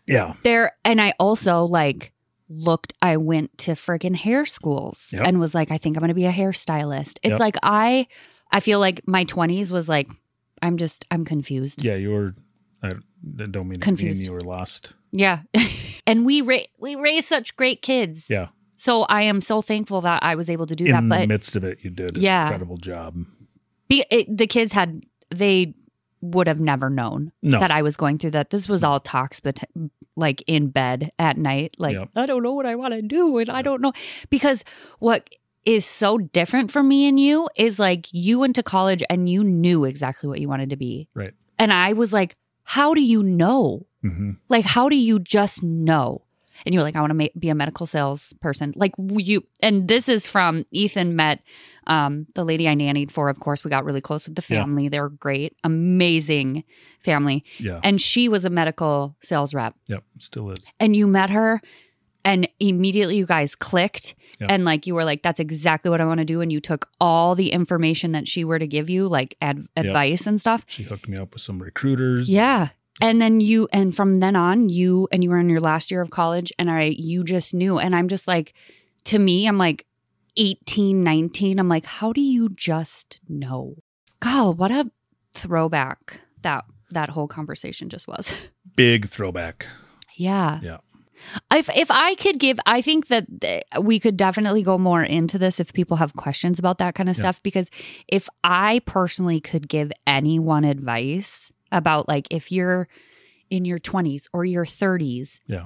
Speaker 2: Yeah.
Speaker 1: there? And I also like looked, I went to freaking hair schools
Speaker 2: Yep.
Speaker 1: and was like, I think I'm going to be a hairstylist. It's
Speaker 2: Yep.
Speaker 1: like, I, I feel like my 20s was like, I'm just, I'm confused.
Speaker 2: Yeah, you were I I don't mean
Speaker 1: Confused.
Speaker 2: to mean you were lost.
Speaker 1: Yeah. and we, ra- we raised such great kids.
Speaker 2: Yeah.
Speaker 1: So I am so thankful that I was able to do
Speaker 2: In
Speaker 1: that.
Speaker 2: the
Speaker 1: But
Speaker 2: midst of it, you did an
Speaker 1: Yeah.
Speaker 2: incredible job.
Speaker 1: be, it, the kids had, they would have never known
Speaker 2: No.
Speaker 1: that I was going through that. This was all talks, but like in bed at night, like,
Speaker 2: Yep.
Speaker 1: I don't know what I want to do. And I don't know. Because what is so different from me and you is like you went to college and you knew exactly what you wanted to be.
Speaker 2: Right.
Speaker 1: And I was like, how do you know?
Speaker 2: Mhm.
Speaker 1: Like, how do you just know? And you're like, I want to ma- be a medical sales person. Like w- you, and this is from Ethan met um, the lady I nannied for. Of course, we got really close with the
Speaker 2: Yeah.
Speaker 1: family. They were great, amazing family.
Speaker 2: Yeah.
Speaker 1: And she was a medical sales rep.
Speaker 2: Yep. Still is.
Speaker 1: And you met her and immediately you guys clicked
Speaker 2: Yeah.
Speaker 1: and like you were like that's exactly what i want to do and you took all the information that she were to give you like ad-
Speaker 2: Yep.
Speaker 1: advice and stuff
Speaker 2: She hooked me up with some recruiters.
Speaker 1: yeah and then you and from then on you and you were in your last year of college and i you just knew and i'm just like to me i'm like 18 19 i'm like how do you just know god what a throwback that that whole conversation just was
Speaker 2: Big throwback.
Speaker 1: Yeah.
Speaker 2: Yeah.
Speaker 1: If if I could give, I think that th- we could definitely go more into this if people have questions about that kind of
Speaker 2: Yeah.
Speaker 1: stuff. Because if I personally could give anyone advice about like if you're in your 20s or your 30s,
Speaker 2: Yeah.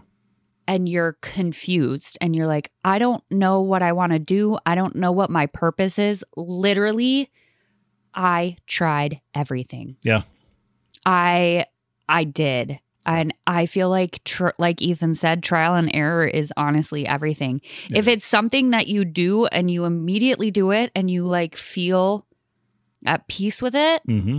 Speaker 1: and you're confused and you're like, I don't know what I want to do. I don't know what my purpose is. Literally, I tried everything.
Speaker 2: Yeah.
Speaker 1: I I did. And I feel like, tr- like Ethan said, trial and error is honestly everything.
Speaker 2: Yeah.
Speaker 1: If it's something that you do and you immediately do it and you like feel at peace with it,
Speaker 2: Mm-hmm.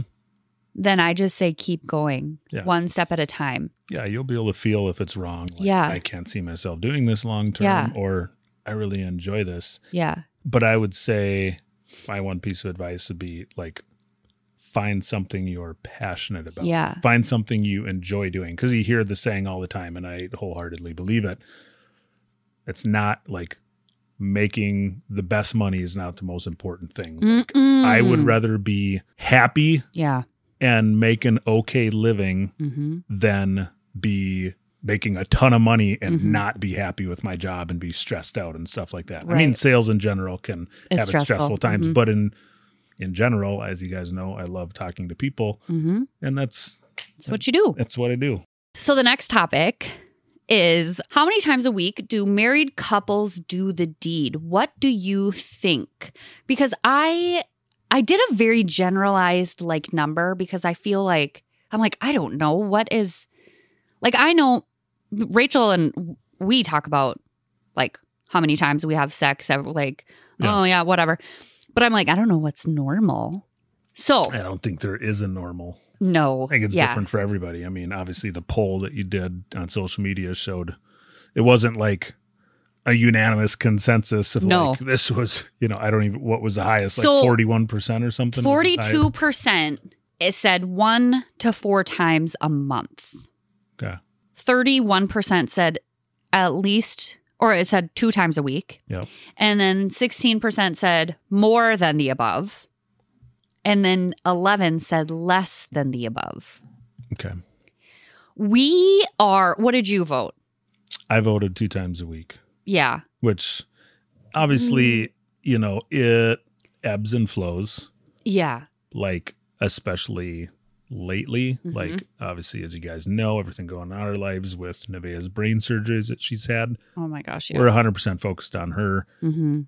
Speaker 1: then I just say keep going
Speaker 2: Yeah.
Speaker 1: one step at a time.
Speaker 2: Yeah, you'll be able to feel if it's wrong. Like,
Speaker 1: Yeah.
Speaker 2: I can't see myself doing this long term,
Speaker 1: Yeah.
Speaker 2: or I really enjoy this.
Speaker 1: Yeah.
Speaker 2: But I would say my one piece of advice would be like find something you're passionate about.
Speaker 1: Yeah.
Speaker 2: Find something you enjoy doing. Because you hear the saying all the time, and I wholeheartedly believe it. It's not like making the best money is not the most important thing. Like, I would
Speaker 1: Mm-mm.
Speaker 2: rather be happy
Speaker 1: Yeah.
Speaker 2: and make an okay living
Speaker 1: hmm
Speaker 2: than be making a ton of money and
Speaker 1: Mhm.
Speaker 2: not be happy with my job and be stressed out and stuff like that. I
Speaker 1: Right.
Speaker 2: mean, sales in general can
Speaker 1: It's
Speaker 2: have its
Speaker 1: stressful.
Speaker 2: stressful times,
Speaker 1: Mhm.
Speaker 2: but in in general, as you guys know, I love talking to people,
Speaker 1: hmm
Speaker 2: and that's
Speaker 1: That's what you do.
Speaker 2: that's what I do.
Speaker 1: So the next topic is how many times a week do married couples do the deed? What do you think? Because I I did a very generalized like number because I feel like I'm like I don't know what is like I know Rachel and we talk about like how many times we have sex ever like
Speaker 2: Yeah.
Speaker 1: oh yeah whatever. But I'm like I don't know what's normal. So,
Speaker 2: I don't think there is a normal.
Speaker 1: no.
Speaker 2: I think it's
Speaker 1: yeah.
Speaker 2: different for everybody. I mean, obviously, the poll that you did on social media showed it wasn't like a unanimous consensus of
Speaker 1: No.
Speaker 2: like this was you know I don't even what was the highest
Speaker 1: So-
Speaker 2: like forty one percent or something. was the highest?
Speaker 1: Forty-two percent it said one to four times a month.
Speaker 2: Okay.
Speaker 1: Thirty-one percent said at least, or it said two times a week.
Speaker 2: Yep.
Speaker 1: And then sixteen percent said more than the above, and then eleven said less than the above.
Speaker 2: Okay.
Speaker 1: We are. What did you vote?
Speaker 2: I voted two times a week,
Speaker 1: Yeah.
Speaker 2: which
Speaker 1: Mm.
Speaker 2: obviously, you know, it ebbs and flows,
Speaker 1: Yeah.
Speaker 2: like, especially lately.
Speaker 1: Mhm.
Speaker 2: Like, obviously, as you guys know, everything going on in our lives with Nevaeh's brain surgeries that she's had,
Speaker 1: Oh my gosh.
Speaker 2: we're
Speaker 1: Yeah.
Speaker 2: 100% focused on her,
Speaker 1: hmm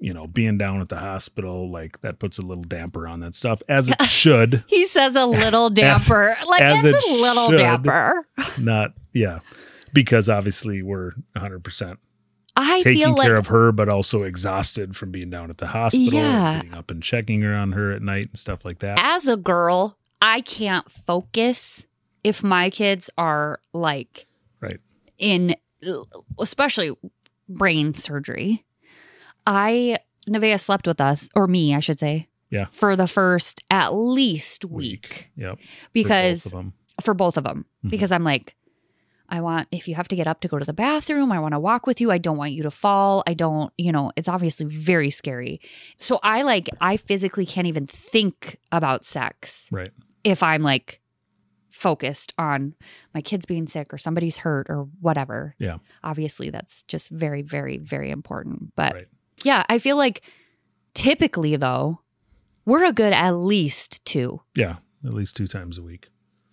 Speaker 2: you know, being down at the hospital. Like, that puts a little damper on that stuff, as it should.
Speaker 1: He says a little
Speaker 2: As-
Speaker 1: damper. like
Speaker 2: as
Speaker 1: it's
Speaker 2: it
Speaker 1: a little
Speaker 2: should.
Speaker 1: damper.
Speaker 2: Not, yeah. Because obviously we're 100%
Speaker 1: I
Speaker 2: taking
Speaker 1: feel like
Speaker 2: care of her, but also exhausted from being down at the hospital, and
Speaker 1: Yeah.
Speaker 2: getting up and checking her on her at night and stuff like that.
Speaker 1: as a girl, I can't focus if my kids are like
Speaker 2: Right.
Speaker 1: in especially brain surgery. I Nevaeh slept with us or me, I should say.
Speaker 2: Yeah.
Speaker 1: For the first at least
Speaker 2: Week.
Speaker 1: week,
Speaker 2: Yep. for
Speaker 1: because
Speaker 2: both of 'em.
Speaker 1: for both of them
Speaker 2: Mhm.
Speaker 1: because I'm like I want if you have to get up to go to the bathroom, I want to walk with you. I don't want you to fall. I don't, you know, it's obviously very scary. So I like I physically can't even think about sex.
Speaker 2: Right.
Speaker 1: If I'm like focused on my kids being sick or somebody's hurt or whatever.
Speaker 2: Yeah.
Speaker 1: Obviously that's just very very very important, but
Speaker 2: Right.
Speaker 1: yeah, I feel like typically though we're a good at least two.
Speaker 2: yeah, at least two times a week.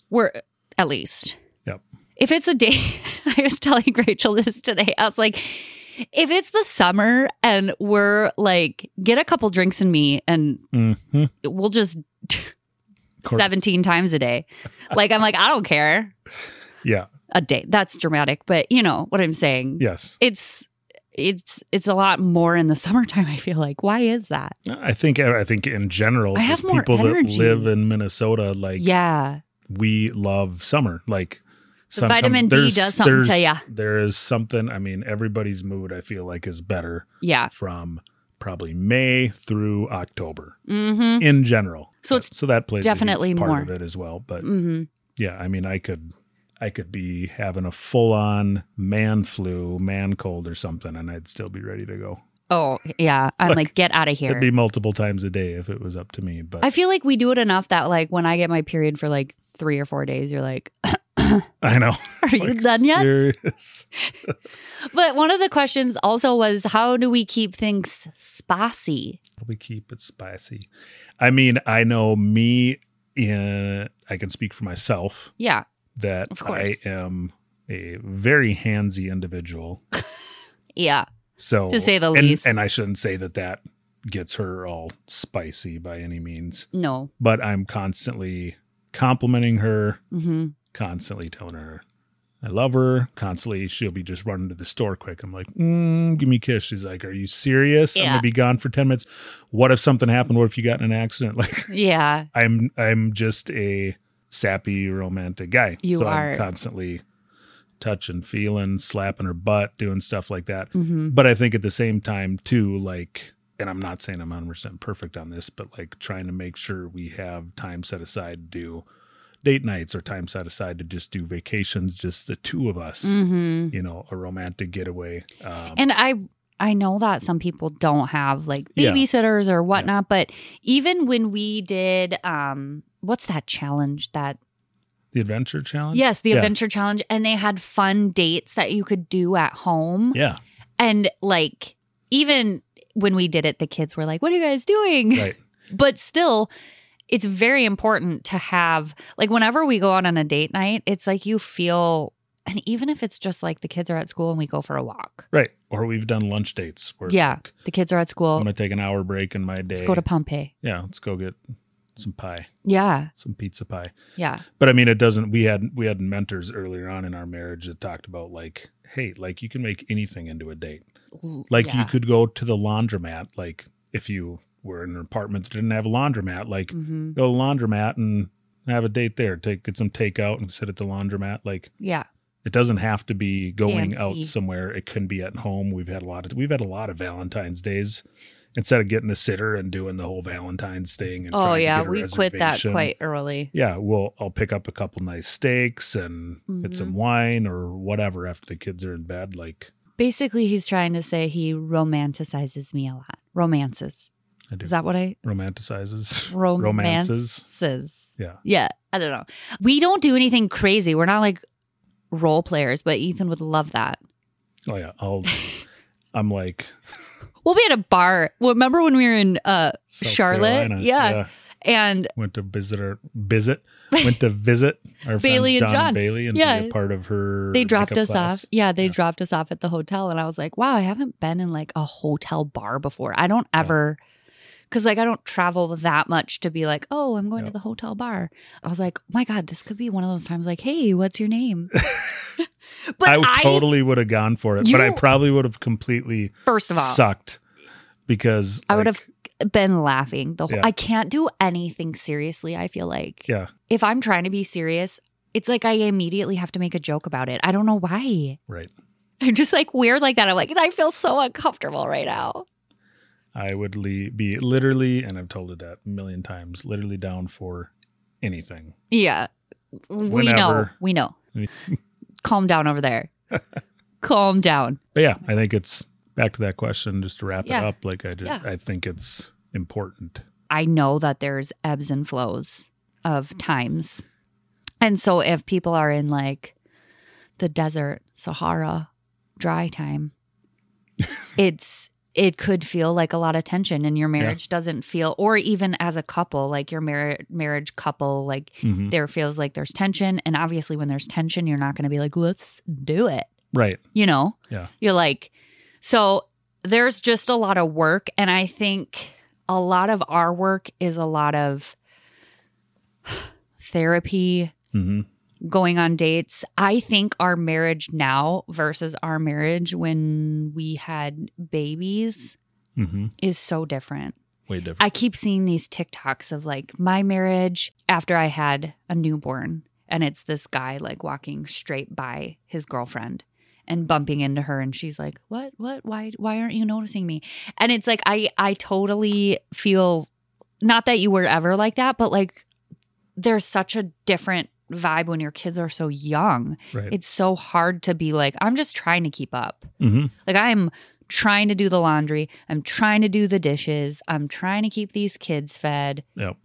Speaker 1: We're at least.
Speaker 2: Yep.
Speaker 1: If it's a day, I was telling Rachel this today. I was like, if it's the summer and we're like, get a couple drinks in me and
Speaker 2: Mm-hmm.
Speaker 1: we'll just 17 times a day. Like, I'm like, I don't care.
Speaker 2: Yeah.
Speaker 1: A day. That's dramatic, but you know what I'm saying.
Speaker 2: Yes.
Speaker 1: It's, it's it's a lot more in the summertime i feel like why is that
Speaker 2: I think. I think in general,
Speaker 1: I have
Speaker 2: just
Speaker 1: more
Speaker 2: people
Speaker 1: energy.
Speaker 2: that live in Minnesota, like
Speaker 1: yeah
Speaker 2: we love summer. Like Some
Speaker 1: vitamin D
Speaker 2: there's-
Speaker 1: does something to
Speaker 2: there's-
Speaker 1: ya.
Speaker 2: There is something. I mean, everybody's mood I feel like is better
Speaker 1: Yeah.
Speaker 2: from probably May through October
Speaker 1: Mm-hmm.
Speaker 2: in general.
Speaker 1: So it's
Speaker 2: so that plays a huge
Speaker 1: definitely
Speaker 2: part
Speaker 1: more.
Speaker 2: of it as well. But
Speaker 1: Mm-hmm.
Speaker 2: yeah, I mean, I could. I could be having a full on man flu, man cold, or something, and I'd still be ready to go.
Speaker 1: Oh, yeah. I'm
Speaker 2: Look,
Speaker 1: like, get out of here.
Speaker 2: It'd be multiple times a day if it was up to me. But
Speaker 1: I feel like we do it enough that like when I get my period for like three or four days, you're like,
Speaker 2: I know.
Speaker 1: are you
Speaker 2: Like,
Speaker 1: done yet?
Speaker 2: serious.
Speaker 1: But one of the questions also was, how do we keep things spicy?
Speaker 2: We keep it spicy. I mean, I know me in I can speak for myself
Speaker 1: Yeah.
Speaker 2: that
Speaker 1: Of
Speaker 2: I
Speaker 1: course.
Speaker 2: am a very handsy individual.
Speaker 1: Yeah.
Speaker 2: So
Speaker 1: To say the
Speaker 2: and-
Speaker 1: least.
Speaker 2: And I shouldn't say that that gets her all spicy by any means,
Speaker 1: No.
Speaker 2: but I'm constantly complimenting her,
Speaker 1: Mm-hmm.
Speaker 2: constantly telling her I love her. Constantly, she'll be just running to the store quick. I'm like, mm, give me a kiss. She's like, are you serious? I'm
Speaker 1: Yeah.
Speaker 2: gonna be gone for ten minutes. What if something happened? What if you got in an accident? Like,
Speaker 1: Yeah.
Speaker 2: I'm I'm just a sappy romantic guy.
Speaker 1: You are.
Speaker 2: I'm constantly touching, feeling, slapping her butt, doing stuff like that.
Speaker 1: Mm-hmm.
Speaker 2: But I think at the same time too, like, and I'm not saying I'm 100 percent perfect on this, but like trying to make sure we have time set aside to do date nights or time set aside to just do vacations, just the two of us.
Speaker 1: Mm-hmm.
Speaker 2: You know, a romantic getaway. Um,
Speaker 1: And I I know that some people don't have like
Speaker 2: Yeah.
Speaker 1: babysitters or whatnot, but even when we did um what's that challenge that
Speaker 2: the adventure challenge.
Speaker 1: yes, the
Speaker 2: Yeah.
Speaker 1: adventure challenge and they had fun dates that you could do at home.
Speaker 2: Yeah.
Speaker 1: And like even when we did it, the kids were like, What are you guys doing?
Speaker 2: Right.
Speaker 1: but still it's very important to have like whenever we go out on a date night it's like you feel and even if it's just like the kids are at school and we go for a walk
Speaker 2: Right. Or we've done lunch dates where
Speaker 1: Yeah.
Speaker 2: like,
Speaker 1: the kids are at
Speaker 2: I'm
Speaker 1: school
Speaker 2: gonna take an hour break in my day.
Speaker 1: let's go to pompeii
Speaker 2: yeah, let's go get some pie,
Speaker 1: yeah
Speaker 2: some pizza pie.
Speaker 1: yeah
Speaker 2: But I mean, it doesn't. We had we had mentors earlier on in our marriage that talked about like, hey, like you can make anything into a date. Like you could go to the laundromat, like if you were in an apartment that didn't have a laundromat, like
Speaker 1: hmm
Speaker 2: go to the laundromat and have a date there. Take get some takeout and sit at the laundromat. Like
Speaker 1: yeah
Speaker 2: it doesn't have to be going
Speaker 1: Fancy.
Speaker 2: out somewhere. It can be at home. We've had a lot of we've had a lot of Valentine's days. Instead of getting a sitter and doing the whole Valentine's thing and
Speaker 1: oh
Speaker 2: trying to
Speaker 1: yeah
Speaker 2: get a
Speaker 1: we quit that
Speaker 2: reservation.
Speaker 1: quite early
Speaker 2: Yeah, well, I'll pick up a couple nice steaks and get
Speaker 1: Mm-hmm.
Speaker 2: some wine or whatever after the kids are in bed. Like
Speaker 1: basically he's trying to say he romanticizes me a lot romances
Speaker 2: I do
Speaker 1: is that what i
Speaker 2: romanticizes
Speaker 1: romances
Speaker 2: romances. Yeah.
Speaker 1: Yeah. I don't know. We don't do anything crazy. We're not like role players, but Ethan would love that.
Speaker 2: Oh yeah, I'll. I'm like
Speaker 1: We'll be at a bar. Well, remember when we were in uh
Speaker 2: South
Speaker 1: Charlotte?
Speaker 2: Carolina.
Speaker 1: Yeah. And
Speaker 2: went to visit her visit went to visit our
Speaker 1: Bailey and
Speaker 2: friends John,
Speaker 1: John.
Speaker 2: Bailey and
Speaker 1: Yeah.
Speaker 2: be a part of her.
Speaker 1: they dropped
Speaker 2: makeup
Speaker 1: us
Speaker 2: class.
Speaker 1: off. Yeah, they
Speaker 2: Yeah.
Speaker 1: dropped us off at the hotel and I was like, "Wow, I haven't been in like a hotel bar before. I don't ever cuz like I don't travel that much to be like, "Oh, I'm going
Speaker 2: Yeah.
Speaker 1: to the hotel bar." I was like, "Oh "My god, this could be one of those times like, "Hey, what's your name?" but
Speaker 2: I
Speaker 1: I,
Speaker 2: would- totally would have gone for it, but I
Speaker 1: You-
Speaker 2: probably would have completely
Speaker 1: first of all,
Speaker 2: sucked because
Speaker 1: I would
Speaker 2: like,
Speaker 1: have been laughing the whole
Speaker 2: Yeah.
Speaker 1: I can't do anything seriously, I feel like.
Speaker 2: Yeah,
Speaker 1: If I'm trying to be serious, it's like I immediately have to make a joke about it. I don't know why.
Speaker 2: right.
Speaker 1: I'm just like weird like that. I'm like, I feel so uncomfortable right now.
Speaker 2: I would le- be literally, and I've told it that a million times, literally down for anything.
Speaker 1: Yeah. We know.
Speaker 2: Whenever.
Speaker 1: We know. Calm down over there. Calm down.
Speaker 2: But yeah, I think it's back to that question just to wrap
Speaker 1: Yeah.
Speaker 2: it up. Like I just,
Speaker 1: Yeah.
Speaker 2: I think it's important.
Speaker 1: I know that there's ebbs and flows of times. And so if people are in like the desert, Sahara, dry time, it's it could feel like a lot of tension and your marriage doesn't feel or even as a couple, like your mar- marriage couple, like
Speaker 2: Mhm.
Speaker 1: there feels like there's tension and obviously when there's tension you're not going to be like let's do it
Speaker 2: Right.
Speaker 1: you know
Speaker 2: Yeah.
Speaker 1: you're like so there's just a lot of work and i think a lot of our work is a lot of therapy
Speaker 2: hmm
Speaker 1: going on dates i think our marriage now versus our marriage when we had babies
Speaker 2: hmm
Speaker 1: is so different
Speaker 2: Way different.
Speaker 1: I keep seeing these TikToks of like my marriage after I had a newborn. and it's this guy like walking straight by his girlfriend and bumping into her and she's like what what why why aren't you noticing me and it's like i i totally feel not that you were ever like that but like there's such a different vibe when your kids are so young
Speaker 2: Right.
Speaker 1: it's so hard to be like i'm just trying to keep up
Speaker 2: hmm
Speaker 1: like i'm trying to do the laundry i'm trying to do the dishes i'm trying to keep these kids fed
Speaker 2: Yep.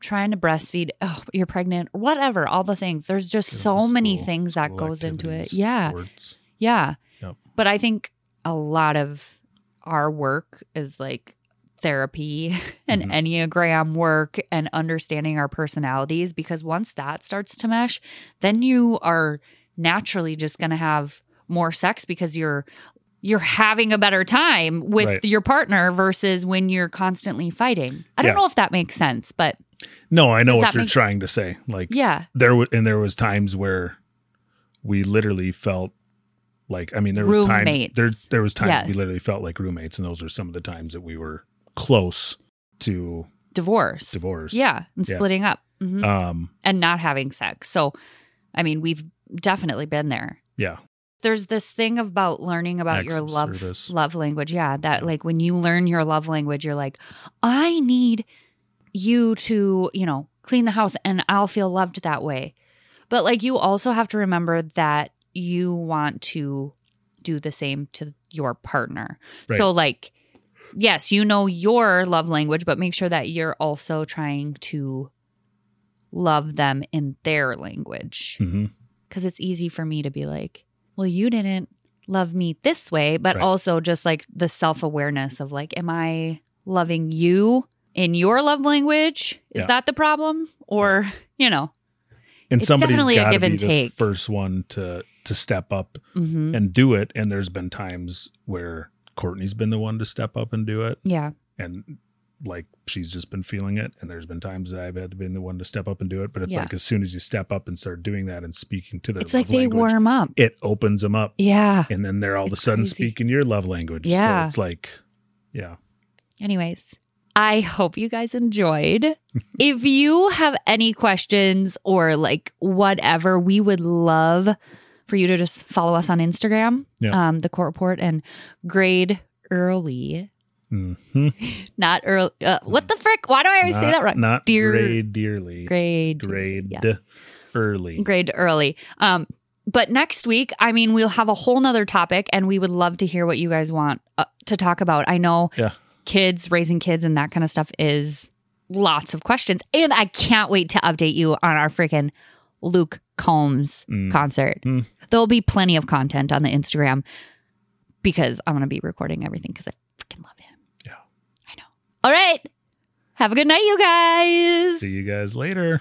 Speaker 1: trying to breastfeed oh you're pregnant whatever all the things there's just
Speaker 2: Go
Speaker 1: so
Speaker 2: to
Speaker 1: many
Speaker 2: school,
Speaker 1: things that
Speaker 2: school
Speaker 1: goes into it
Speaker 2: activities,
Speaker 1: yeah
Speaker 2: sports.
Speaker 1: yeah.
Speaker 2: Yep.
Speaker 1: But I think a lot of our work is like therapy and
Speaker 2: Mhm.
Speaker 1: Enneagram work and understanding our personalities because once that starts to mesh, then you are naturally just going to have more sex because you're you're having a better time with
Speaker 2: Right.
Speaker 1: your partner versus when you're constantly fighting. I don't
Speaker 2: Yeah.
Speaker 1: know if that makes sense, but
Speaker 2: No, I know
Speaker 1: Does
Speaker 2: what
Speaker 1: that
Speaker 2: you're
Speaker 1: make-
Speaker 2: trying to say. Like
Speaker 1: yeah.
Speaker 2: there was, and there was times where we literally felt like I mean there was times
Speaker 1: Roommates.
Speaker 2: there there was times
Speaker 1: Yeah.
Speaker 2: we literally felt like roommates, and those are some of the times that we were close to
Speaker 1: Divorce.
Speaker 2: divorce.
Speaker 1: Yeah, and
Speaker 2: Yeah.
Speaker 1: splitting up. Mhm.
Speaker 2: Um.
Speaker 1: and not having sex. So, I mean, we've definitely been there.
Speaker 2: Yeah.
Speaker 1: There's this thing about learning about
Speaker 2: Acts
Speaker 1: your
Speaker 2: of
Speaker 1: love
Speaker 2: service.
Speaker 1: love language. Yeah, that like when you learn your love language, you're like, I need you to, you know, clean the house and I'll feel loved that way. But like you also have to remember that you want to do the same to your partner.
Speaker 2: Right.
Speaker 1: So like yes, you know your love language, but make sure that you're also trying to love them in their language
Speaker 2: hmm
Speaker 1: because it's easy for me to be like, well, you didn't love me this way, but
Speaker 2: Right.
Speaker 1: also just like the self awareness of like, am I loving you in your love language? Is
Speaker 2: Yeah.
Speaker 1: that the problem? Or, you know,
Speaker 2: And
Speaker 1: It's
Speaker 2: somebody's
Speaker 1: definitely a
Speaker 2: gotta
Speaker 1: give
Speaker 2: be
Speaker 1: and
Speaker 2: the
Speaker 1: take.
Speaker 2: first one to to step up
Speaker 1: hmm
Speaker 2: and do it. And there's been times where Courtney's been the one to step up and do it,
Speaker 1: yeah,
Speaker 2: and like she's just been feeling it. And there's been times that I've had to be the one to step up and do it. But it's
Speaker 1: Yeah.
Speaker 2: like as soon as you step up and start doing that and speaking to their
Speaker 1: it's like
Speaker 2: love
Speaker 1: they
Speaker 2: language,
Speaker 1: warm up.
Speaker 2: it opens them up,
Speaker 1: yeah.
Speaker 2: and then they're all of a
Speaker 1: It's
Speaker 2: sudden
Speaker 1: crazy.
Speaker 2: speaking your love language.
Speaker 1: Yeah.
Speaker 2: so it's like, yeah,
Speaker 1: Anyways, I hope you guys enjoyed. if you have any questions or like whatever, we would love for you to just follow us on Instagram,
Speaker 2: Yeah.
Speaker 1: um, the court report, and grade early.
Speaker 2: Mhm.
Speaker 1: Not early. Uh, what the frick? Why do I always say
Speaker 2: Not-
Speaker 1: that wrong?
Speaker 2: Not
Speaker 1: Dear-
Speaker 2: grade dearly,
Speaker 1: grade.
Speaker 2: grade
Speaker 1: yeah.
Speaker 2: early.
Speaker 1: grade early. Um, but next week, I mean, we'll have a whole nother topic and we would love to hear what you guys want uh, to talk about. I know
Speaker 2: Yeah.
Speaker 1: kids, raising kids, and that kind of stuff is lots of questions. And I can't wait to update you on our freaking Luke Combs
Speaker 2: Mm.
Speaker 1: concert.
Speaker 2: Mm.
Speaker 1: There'll be plenty of content on the Instagram because I'm going to be recording everything because I freaking love him.
Speaker 2: Yeah.
Speaker 1: I know. All right. Have a good night, you guys.
Speaker 2: See you guys later.